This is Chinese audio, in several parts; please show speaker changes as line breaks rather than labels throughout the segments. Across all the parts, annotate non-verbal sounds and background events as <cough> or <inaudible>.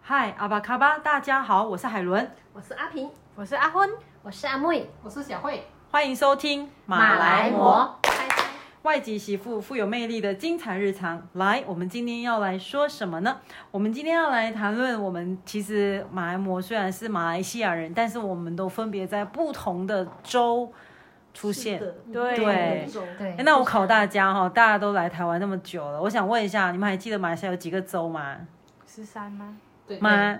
嗨，阿巴卡巴，大家好，我是海伦，
我是阿平，
我是阿昏，
我是阿妹，
我是小慧，
欢迎收听《
魔，
外籍媳妇富有魅力的精彩日常》。来，我们今天要来说什么呢？我们今天要来谈论，我们其实马来貘虽然是马来西亚人，但是我们都分别在不同的州出现。
对
对哎
对
诶，那我考大家哈、大家都来台湾那么久了，我想问一下，你们还记得马来西亚有几个州吗？
十三吗？
对，
吗？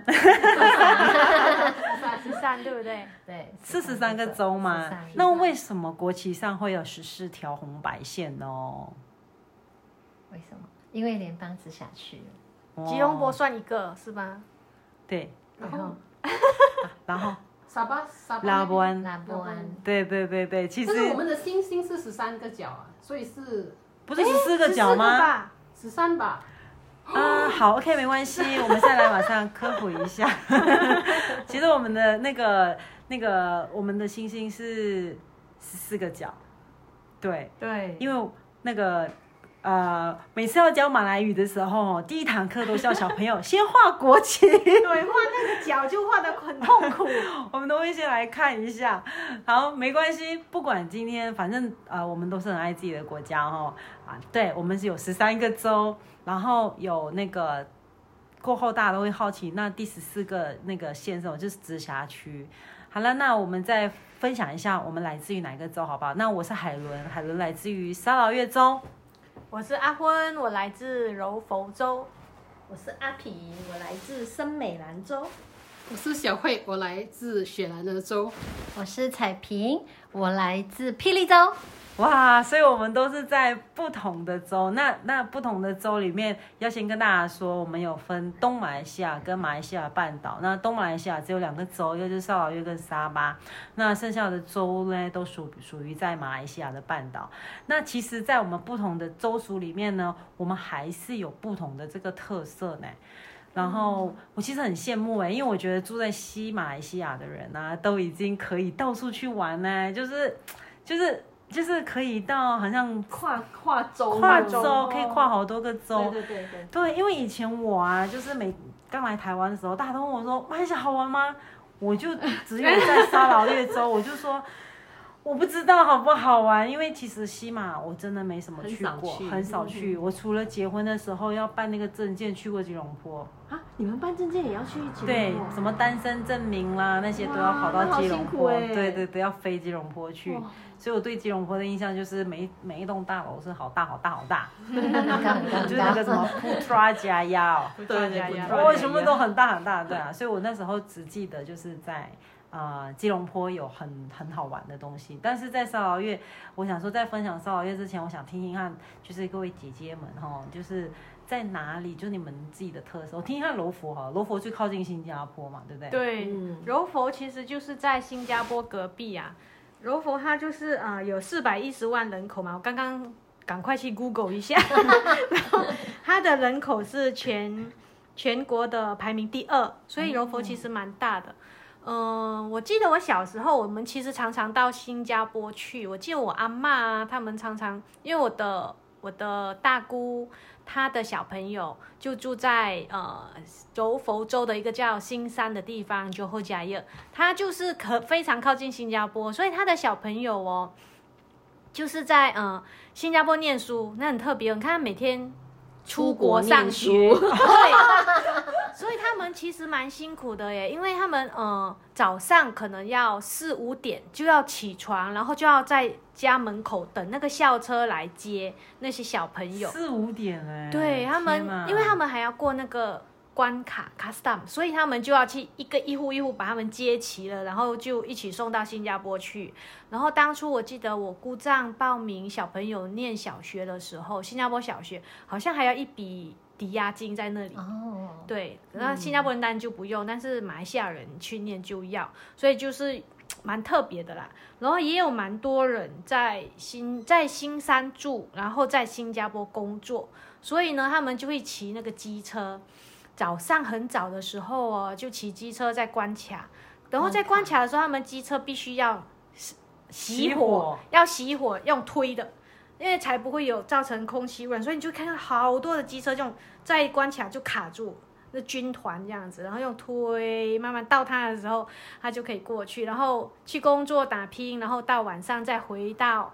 十三对不对？
对，
四十三个州嘛，
43
那为什么国旗上会有十四条红白线呢？哦
为什么？因为联邦直辖区了，
哦
吉隆坡算一个是吧？
对，
然后
然后
沙巴沙巴
拉布安，
拉布安，
对对对对，其
那边，
实
但是我们的星星是十三个角啊，所以是
不是十四个角
14
吗？
吧？
十三吧。
啊、好，OK，没关系，我们再来马上科普一下。 <laughs> 其实我们的那个那个我们的星星是十四个角，对，
对
因为那个呃，每次要教马来语的时候，第一堂课都叫小朋友先画国旗，
对，画那个角就画的很痛苦。 <laughs>
<laughs> 我们都会先来看一下。好，没关系，不管今天，反正呃，我们都是很爱自己的国家哦。啊，对，我们是有十三个州，然后有那个。过后大家都会好奇，那第十四个那个县是什么？就是直辖区。好了，那我们再分享一下，我们来自于哪个州，好不好？那我是海伦，海伦来自于沙劳越州。
我是阿昏，我来自柔佛州。
我是阿皮，我来自森美兰州。
我是小慧，我来自雪兰莪州。
我是彩萍，我来自霹雳州。
哇，所以我们都是在不同的州。那那不同的州里面，要先跟大家说，我们有分东马来西亚跟马来西亚半岛。那东马来西亚只有两个州，一个就是沙劳越跟沙巴。那剩下的州呢，都属属于在马来西亚的半岛。那其实，在我们不同的州属里面呢，我们还是有不同的这个特色呢。然后我其实很羡慕哎、因为我觉得住在西马来西亚的人啊，都已经可以到处去玩呢、就是就是就是可以到好像
跨跨州
跨
州
州，可以跨好多个州。
对对对
对，因为以前我啊，就是每刚来台湾的时候，大家都问我说马来西亚好玩吗？我就只有
<laughs>
在沙劳越州，我就说我不知道好不好玩，因为其实西马我真的没什么
很
去
少
过，
去嗯
很少去。我除了结婚的时候要办那个证件，去过吉隆坡，
对。啊，你们办证件也要去吉
对，什么单身证明啦那些都要跑
哇那
到
好
吉隆
辛苦
坡，
欸
对对对，要飞吉隆坡去。所以我对吉隆坡的印象就是每一每一栋大楼是好大好大好大，
很高很高
<laughs> 就是那个什么哦布抓加压
<laughs>
哦，
对
对对对
哦，全部都很大很大，对啊，所以我那时候只记得就是在呃吉隆坡有很很好玩的东西，但是在沙劳越，我想说在分享沙劳越之前，我想听听看，就是各位姐姐们哈，就是在哪里，就你们自己的特色，我听一下罗佛哈，罗佛最靠近新加坡嘛，对不对？
对，
嗯，
柔佛其实就是在新加坡隔壁啊。柔佛它就是啊、呃有四百一十万人口嘛，我刚刚赶快去 Google 一下，然后它的人口是全全国的排名第二，所以柔佛其实蛮大的。嗯、我记得我小时候，我们其实常常到新加坡去。我记得我阿妈啊，他们常常因为我的我的大姑她的小朋友就住在呃柔佛州的一个叫新山的地方，就后加热，它就是可非常靠近新加坡，所以他的小朋友哦，就是在呃新加坡念书，那很特别。你看他每天出国上学，对，所以他们其实蛮辛苦的耶，因为他们呃早上可能要四五点就要起床，然后就要在家门口等那个校车来接那些小朋友。
四五点哎、
对他
天哪
们，因为他们还要过那个关卡 custom，所以他们就要去一个一户一户把他们接齐了，然后就一起送到新加坡去。然后当初我记得我姑丈报名小朋友念小学的时候，新加坡小学好像还要一笔抵押金在那里。
哦，
对，那新加坡人当然就不用，但是马来西亚人去念就要，所以就是蛮特别的啦。然后也有蛮多人在新在新山住，然后在新加坡工作，所以呢，他们就会骑那个机车，早上很早的时候哦，就骑机车在关卡，然后在关卡的时候，他们机车必须要熄
熄
熄
火
火，要熄火，用推的。因为才不会有造成空气污染，所以你就看到好多的机车这种在关卡就卡住，是军团这样子，然后用推慢慢到他的时候，他就可以过去，然后去工作打拼，然后到晚上再回到。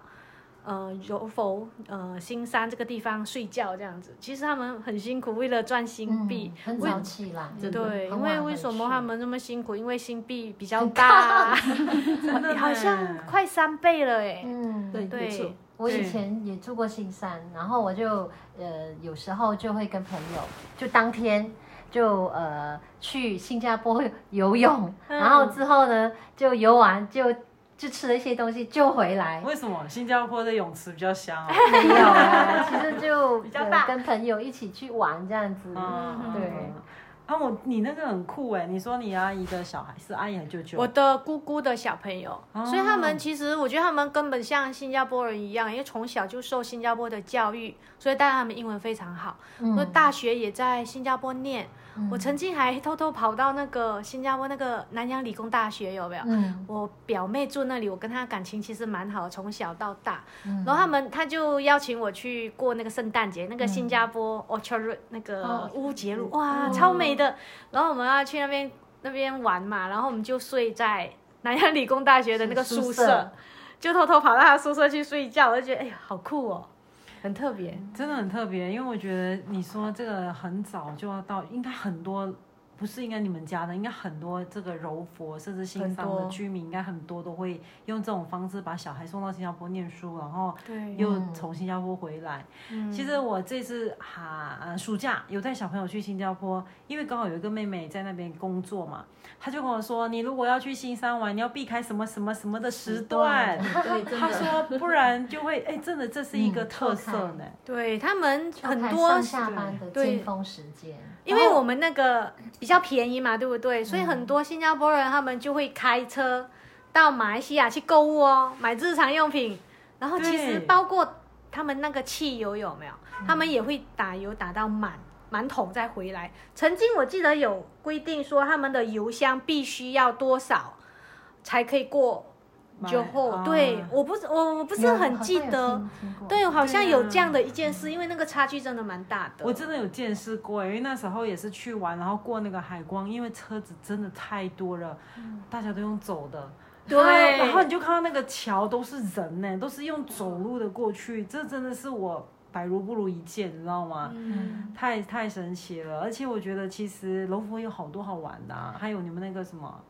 呃，柔佛呃新山这个地方睡觉这样子，其实他们很辛苦，为了赚新币，
嗯很
为
早起来，
真的
对，
很
因
晚
为为
回
什么
去
他们那么辛苦？因为新币比较 <laughs> 大，
真的
好
呢
像快三倍了哎。
嗯，
对，没错
对，
我以
对
前也住过新山，然后我就呃有时候就会跟朋友，就当天就呃去新加坡游泳，
嗯
然后之后呢就游完就就吃了一些东西就回
<laughs>
来。
为什么新加坡的泳池比较香哦？
没有啊，其实就
比较大
呃跟朋友一起去玩这样子。
嗯，
对。
啊，我你那个很酷哎！你说你阿姨的小孩是阿姨还是舅舅？
我的姑姑的小朋友，
哦
所以他们其实我觉得他们根本像新加坡人一样，因为从小就受新加坡的教育，所以当然他们英文非常好。
嗯
我大学也在新加坡念，我曾经还偷偷跑到那个新加坡那个南洋理工大学，有没有？
嗯
我表妹住那里，我跟她感情其实蛮好，从小到大。
嗯
然后他们他就邀请我去过那个圣诞节，那个
嗯
新加坡 Orchard 那
哦
个乌节路，哇，超美的。然后我们要去那边那边玩嘛，然后我们就睡在南洋理工大学的那个
宿
宿
舍
舍，就偷偷跑到他宿舍去睡觉，我就觉得哎呀，好酷哦，很特别。
啊真的很特别，因为我觉得你说这个很早就要到，应该很多不是应该你们家的，应该很多这个柔佛甚至新山
很
的
多
居民，应该很多都会用这种方式把小孩送到新加坡念书，然
哦
后
对
又从新加坡回来。
嗯
嗯
其实我这次哈、呃暑假有带小朋友去新加坡，因为刚好有一个妹妹在那边工作嘛，她就跟我说，你如果要去新山玩，你要避开什么什么什么的时段。
对，真
她
的。
说，不然就会哎，真的这是一个
嗯
特色呢。
对他们
就
很
看
多
上下班的
对
尖峰时间，
因为我们那个比较便宜嘛，对不对？所以很多新加坡人他们就会开车到马来西亚去购物哦，买日常用品。然后其
对
实包括他们那个汽油有没有，他们也会打油打到满满桶再回来。曾经我记得有规定说他们的油箱必须要多少才可以过
买
酒后，
啊
对，我不是我我不是
有
很记，
好
得
像有。听听过
对，好像
对啊
有这样的一件事，因为那个差距真的蛮大的。
我真的有见识过，因为那时候也是去玩，然后过那个海关，因为车子真的太多了，大家都用走的。
对
然后然后你就看到那个桥都是人呢、都是用走路的过去，这真的是我百如不如一见，你知道吗？
嗯
太太神奇了，而且我觉得其实柔佛有好多好玩的啊、还有你们那个什么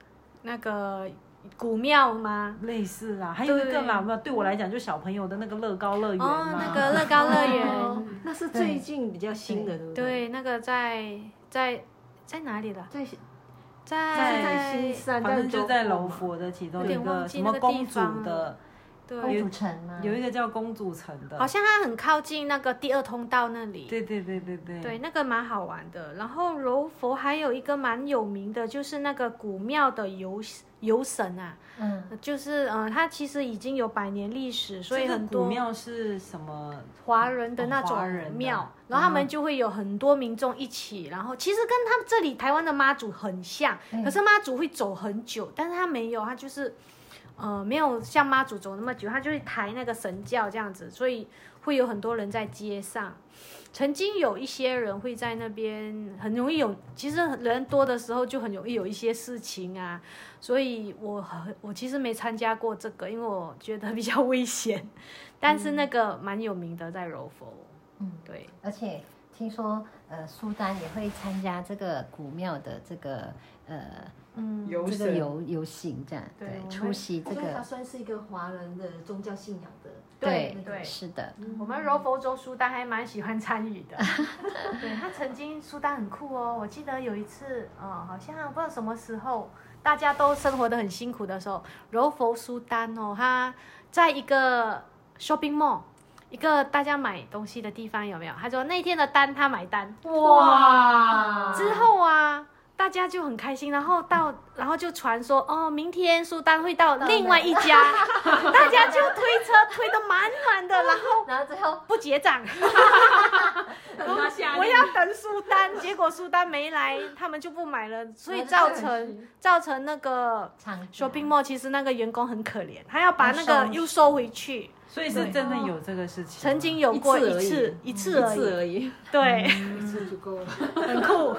那个古庙吗？
类似啊啦，还有一个啦，那对我来讲就小朋友的那个乐高乐园
哦，
嘛，
那个乐高乐园，
哦那是最近比较新的，对不对？
对，那个在在在哪里了？
在
在
在新山，
反正就在柔
楼
佛的其中
有
一
点
个
忘记
什么
那个地
公主
方
的。
公
对，
主城吗？
有一个叫公主城的，
好像它很靠近那个第二通道那里。
对对对对对，
对，那个蛮好玩的。然后柔佛还有一个蛮有名的，就是那个古庙的游游神啊，
嗯，
就是嗯、呃它其实已经有百年历史，所以
这个
很
古
多
庙是什么？
华人的那
哦
种
华人的嗯
庙，然后他们就会有很多民众一起，然后其实跟他们这里台湾的妈祖很像，
嗯
可是妈祖会走很久，但是他没有，他就是呃没有像妈祖走那么久，他就是抬那个神轿这样子，所以会有很多人在街上。曾经有一些人会在那边很容易有，其实人多的时候就很容易有一些事情啊，所以我很我其实没参加过这个，因为我觉得比较危险。但是那个蛮有名的，在柔佛，
嗯，
对，
而且听说呃，苏丹也会参加这个古庙的这个呃
嗯，
游
这个游游行这样，
对我
对，
们
出席这
所以它
个，
算是一个华人的宗教信仰的。
对
对，
对
是的，
嗯
我们柔佛州苏丹还蛮喜欢参与的。 <laughs> 对他曾经苏丹很酷哦，我记得有一次，呃，好像不知道什么时候，大家都生活的很辛苦的时候，柔佛苏丹哦，他在一个 shopping mall。一个大家买东西的地方有没有？他说那天的单他买单，
哇
之后啊，大家就很开心，然后到，然后就传说哦，明天苏丹会到另外一家，大家就推车推得满满的，然后
然后最后
不结账，
他下
我要等苏丹，结果苏丹没来，他们就不买了，所以
然后
造
就
成造成那个
场
shopping mall 其实那个员工很可怜，他要把那
要
个
收
又收回去，
所以是真的有这个事情吗。
曾经有过一次，一次而已，
而已，
对，
一次就够了。
很酷。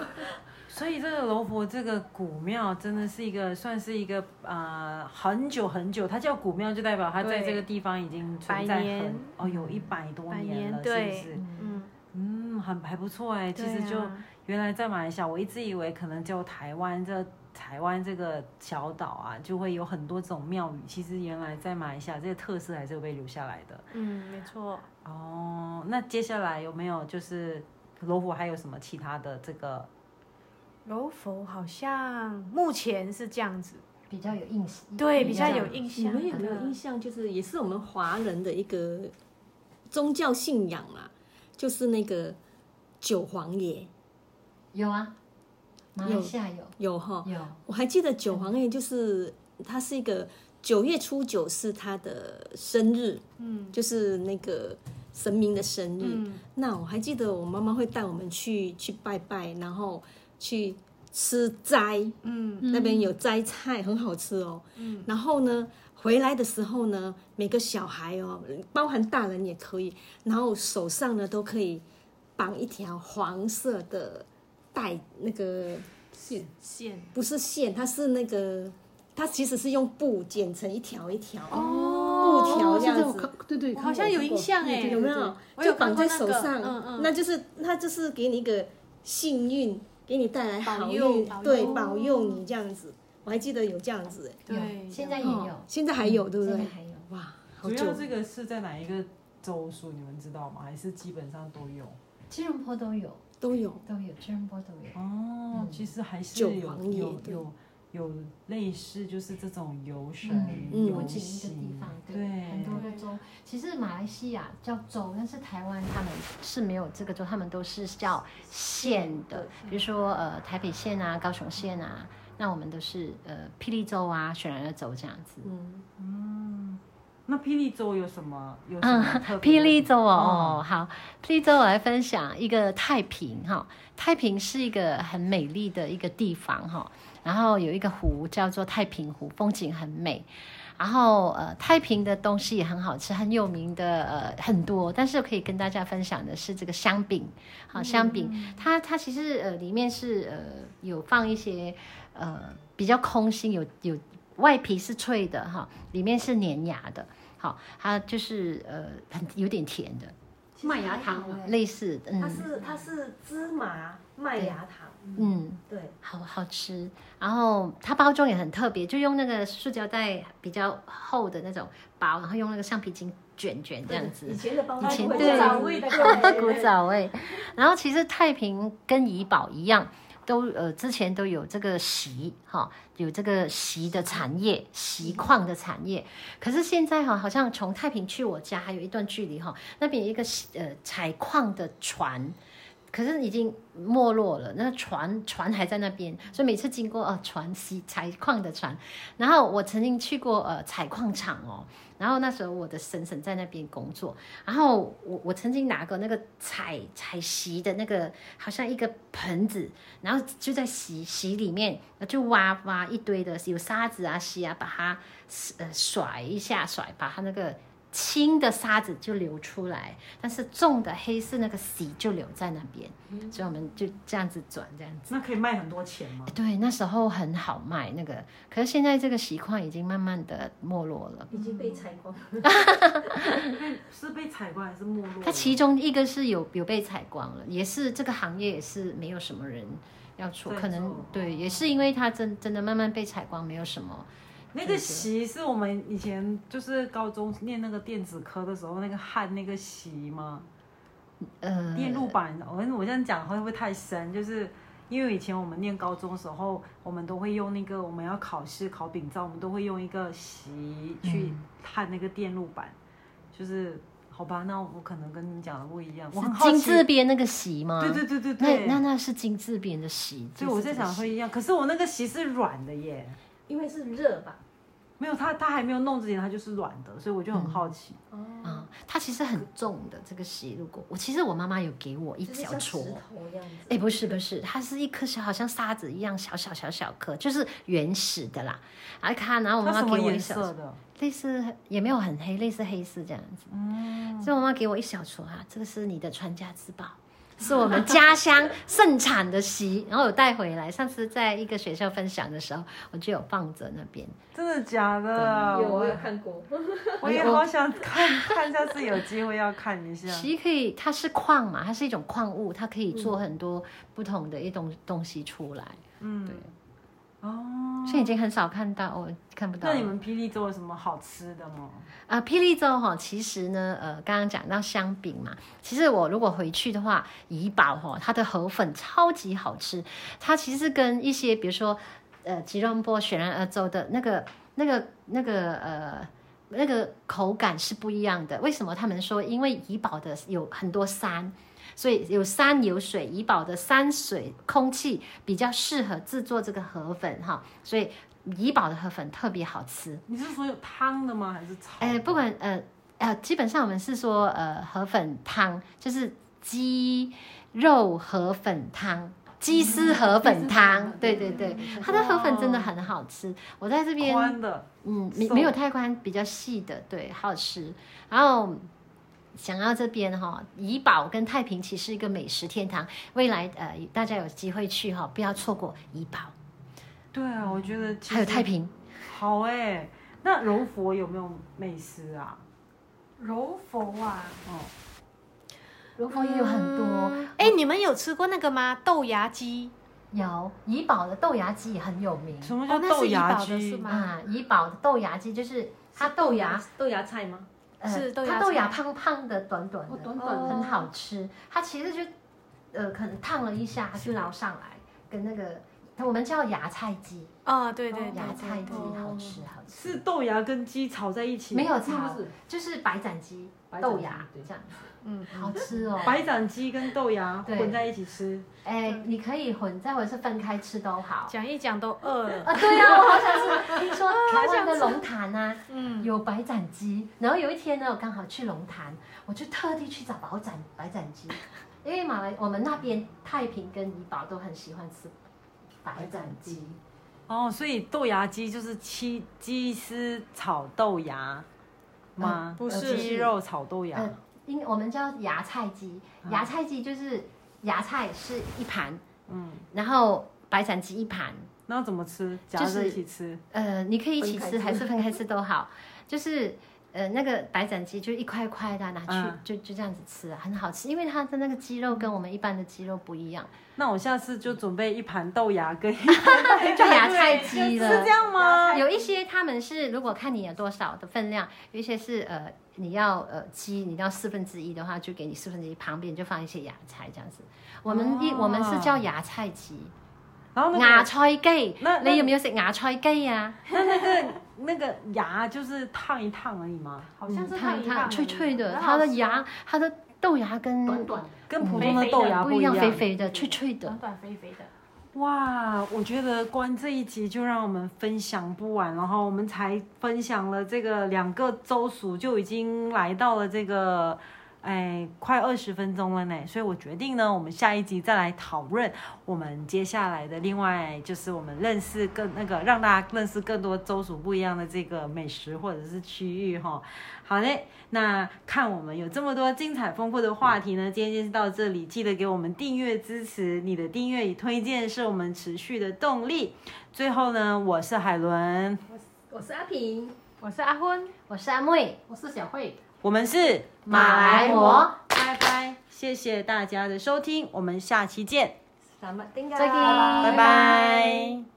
所以这个罗佛这个古庙真的是一个算是一个呃很久很久，它叫古庙就代表它在
对
这个地方已经存在
百年
很哦有一百多
百
年
年
了，
对
是不是？
<laughs> 嗯，
嗯，很还不错哎，其实
对
就
啊
原来在马来西亚，我一直以为可能只有台湾这台湾这个小岛啊，就会有很多种庙宇。其实原来在马来西亚，这些特色还是有被留下来的。
嗯，没错。
哦，那接下来有没有就是罗湖还有什么其他的这个？
柔佛好像目前是这样子，
比较有印象，
对，
印
比较
象
有印
你
象。
们有没有印？象？就是也是我们华人的一个宗教信仰啦，就是那个九皇爷
有啊，马来西亚有
有哈。
有，
我还记得九皇爷就是他是一个九月初九是他的生日，
嗯
就是那个神明的生日。
嗯，
那我还记得我妈妈会带我们去去拜拜，然后去吃斋，
嗯
那边有斋菜，很好吃哦。
嗯，
然后呢，回来的时候呢，每个小孩哦，包含大人也可以，然后手上呢都可以绑一条黄色的带，那个
线
线
不是线，它是那个，它其实是用布剪成一条一条
哦
布条这样子
是我看对对，
我
看
好
过
像有
看
印
过
象哎，
有没有？
我有看
就绑
过
在
那
手
个
上，
嗯嗯
那就是它就是给你一个幸运，给你带来好
保
运，
佑保佑
对，保佑你这样子。我还记得有这样子，
对
有，现在
哎
也有，
现在还有，对不
现在
对？
还有。
哇，好
主
久
要，这个是在哪一个州属？你们知道吗？还是基本上都有？
吉隆坡都有，
都有。
都有，吉隆坡都有。
哦，其实还是
九
有
皇爷
有
对
有有类似，就是这种游神、
嗯
有
游
景一个地
行
方，
对，
很多个州。其实马来西亚叫州，但是台湾他们是没有这个州，他们都是叫县的，比如说呃台北县啊、高雄县啊，那我们都是呃霹雳州啊、雪兰莪州这样子。
嗯，
那霹雳州有什么？有什
嗯
么特，别的
霹雳州哦，哦，好，霹雳州我来分享一个太平哈、太平是一个很美丽的一个地方哈、然后有一个湖叫做太平湖，风景很美。然后呃，太平的东西也很好吃，很有名的呃很多，但是可以跟大家分享的是这个香饼，
嗯
好、香饼，
嗯
它它其实呃里面是呃有放一些呃比较空心，有有外皮是脆的哈、里面是粘牙的，好、它就是呃很有点甜的，
麦芽糖啊，
类似嗯
是它是芝麻麦糖，
嗯
对，
好好吃，然后它包装也很特别，就用那个塑胶袋比较厚的那种薄，然后用那个橡皮筋卷卷嗯这样子
以，前的包
以前
装
对
早味的
<laughs> 古早味。然后其实太平跟怡保一样，都呃之前都有这个席哈、有这个席的产业，席矿的产业。可是现在哈、好像从太平去我家还有一段距离哈、那边有一个呃采矿的船。可是已经没落了，那船船还在那边，所以每次经过呃船西采矿的船，然后我曾经去过呃采矿场哦，然后那时候我的婶婶在那边工作，然后我我曾经拿过那个采采席的那个，好像一个盆子，然后就在席席里面就挖挖一堆的有沙子啊、溪啊，把它呃甩一下甩，把它那个轻的沙子就流出来，但是重的黑色那个席就留在那边，所以我们就这样子转这样子。
那可以卖很多钱
<laughs>
吗？
对，那时候很好卖那个，可是现在这个习惯已经慢慢的没落了。
已经被采光了。
是被采光还是没落了？
它其中一个是有有被采光了，也是这个行业也是没有什么人要做，
在
可能
做
对，也是因为它真真的慢慢被采光，没有什么
那个席是我们以前就是高中念那个电子科的时候那个焊那个席吗？
呃
电路板，我跟我这样讲会不会太深？就是因为以前我们念高中的时候，我们都会用那个我们要考试考丙照，我们都会用一个席去
嗯
焊那个电路板，就是好吧？那我可能跟你们讲的不一样，我很好
金
奇。
字边那个席吗？
对对对对对，
那那那是金字边的席，
所以我在想
就是这个席
会一样，可是我那个席是软的耶，
因为是热吧，
没有它它还没有弄之前它就是软的，所以我就
嗯
很好奇。
哦，
啊、它其实很重的这个席，如果我其实我妈妈有给我一
就是
小
像石
撮。
头一样子。
哎，不是不是，它是一颗小，好像沙子一样小小小小颗，就是原始的啦。啊，看，然后我妈
它
妈
什
给
么
我一
颜
小
色的？
类似也没有很黑，类似黑色这样子。嗯，所以我妈给我一小撮啊，这个是你的传家之宝，是我们家乡盛产的席， <laughs> 然后有带回来。上次在一个学校分享的时候，我就有放着那边。
真的假的？
有我有
啊
我
看过，
<laughs>
我也好想看看，下次有机会要看一下。
席可以，它是矿嘛，它是一种矿物，它可以做很多不同的一种东西出来，
嗯，哦，
所以已经很少看到哦，看不到
那
了。
你们霹雳州有什么好吃的吗？
啊，霹雳粥哈，其实呢，呃，刚刚讲到香饼嘛，其实我如果回去的话，怡宝哈，它的河粉超级好吃，它其实跟一些比如说，呃，吉隆坡雪兰莪州的那个、那个、那个呃。那个口感是不一样的，为什么他们说？因为怡宝的有很多山，所以有山有水，怡宝的山水空气比较适合制作这个河粉哈，所以怡宝的河粉特别好吃。
你是说有汤的吗？还是炒？
呃，不管呃呃，基本上我们是说呃河粉汤，就是鸡肉河粉汤。嗯鸡丝河粉汤，嗯对对对，它的河粉真的很好吃。我在这边，
宽的，
嗯，没
瘦
没有太宽，比较细的，对，好吃。然后想到这边哈、怡保跟太平其实是一个美食天堂，未来呃大家有机会去哈、不要错过怡保，
对啊，我觉得其实
还有太平。
好哎、那柔佛有没有美食啊？
柔佛啊，
柔佛也有很多，
哎，你们有吃过那个吗？豆芽鸡，
有怡保的豆芽鸡也很有名。
什么
哦
叫
那是
豆芽
怡保的是
鸡？
吗
啊，怡宝的豆芽鸡就是它豆芽，
豆芽菜吗？
呃
是豆芽
它豆芽
菜
胖胖的、短短
哦
的，
短
短的
很好吃。它其实就呃，可能烫了一下，它就捞上来，跟那个我们叫芽菜鸡，
啊，对对对
芽菜
对
鸡
对，
好吃好吃。
是豆芽跟鸡炒在一起？
没有
是
炒
哦
不是，
就是白斩鸡、
白斩鸡
豆芽
对
这样子，
嗯，
好吃哦。
白斩鸡跟豆芽
对
混在一起吃，
哎，你可以混在或者是分开吃都
<laughs>
好。
讲一讲都饿了，
啊，对呀、我好像是听说台湾的龙潭啊，
嗯，
有白斩鸡，然后有一天呢，我刚好去龙潭，我就特地去找白斩白斩鸡， <laughs> 因为马来我们那边太平跟怡保都很喜欢吃白斩鸡，
哦，所以豆芽鸡就是鸡鸡丝炒豆芽吗？呃
不是
鸡肉炒豆芽。
呃，因我们叫芽菜鸡，芽菜鸡就是芽菜是一盘，
嗯，
然后白斩鸡一盘，
那怎么吃？夹
就是
在一起吃。
呃，你可以一起
分
吃
开吃
还是分开吃都好，就是。呃，那个白斩鸡就一块块的啊拿去，
嗯
就就这样子吃啊，很好吃，因为它的那个鸡肉跟我们一般的鸡肉不一样，
那我下次就准备一盘豆芽
<laughs>
跟 <laughs> 是
就芽菜鸡了。
这样吗？
有一些他们是，如果看你有多少的分量，有一些是呃，你要呃鸡，你要四分之一的话，就给你四分之一，旁边就放一些芽菜这样子。我们一、
哦
我们是叫芽菜鸡，
然后哦那
芽
个
菜鸡
那，那
你有没有食芽菜鸡啊呀、
那个芽就是烫一烫而已吗？
好像是
烫
烫
一
一
烫，
烫，
脆脆的，
很
嗯它
好
的
吃哦
芽，它的豆芽
嗯
跟
短短的，
跟普通的
肥肥的嗯
豆芽
嗯不
一
一
样
样，。肥肥的，脆脆的
短。短肥肥的，
哇，我觉得光这一集就让我们分享不完，然后我们才分享了这个两个州属，就已经来到了这个。哎，快二十分钟了呢，所以我决定呢，我们下一集再来讨论我们接下来的另外就是我们认识更那个让大家认识更多州属不一样的这个美食或者是区域哈。好嘞，那看我们有这么多精彩丰富的话题呢，今天就到这里，记得给我们订阅支持，你的订阅与推荐是我们持续的动力。最后呢，我是海伦，
我是阿平，
我是阿昏，
我是阿妹，
我是小慧。
我们是
马来貘，
拜拜，谢谢大家的收听，我们下期见，
再见，
拜拜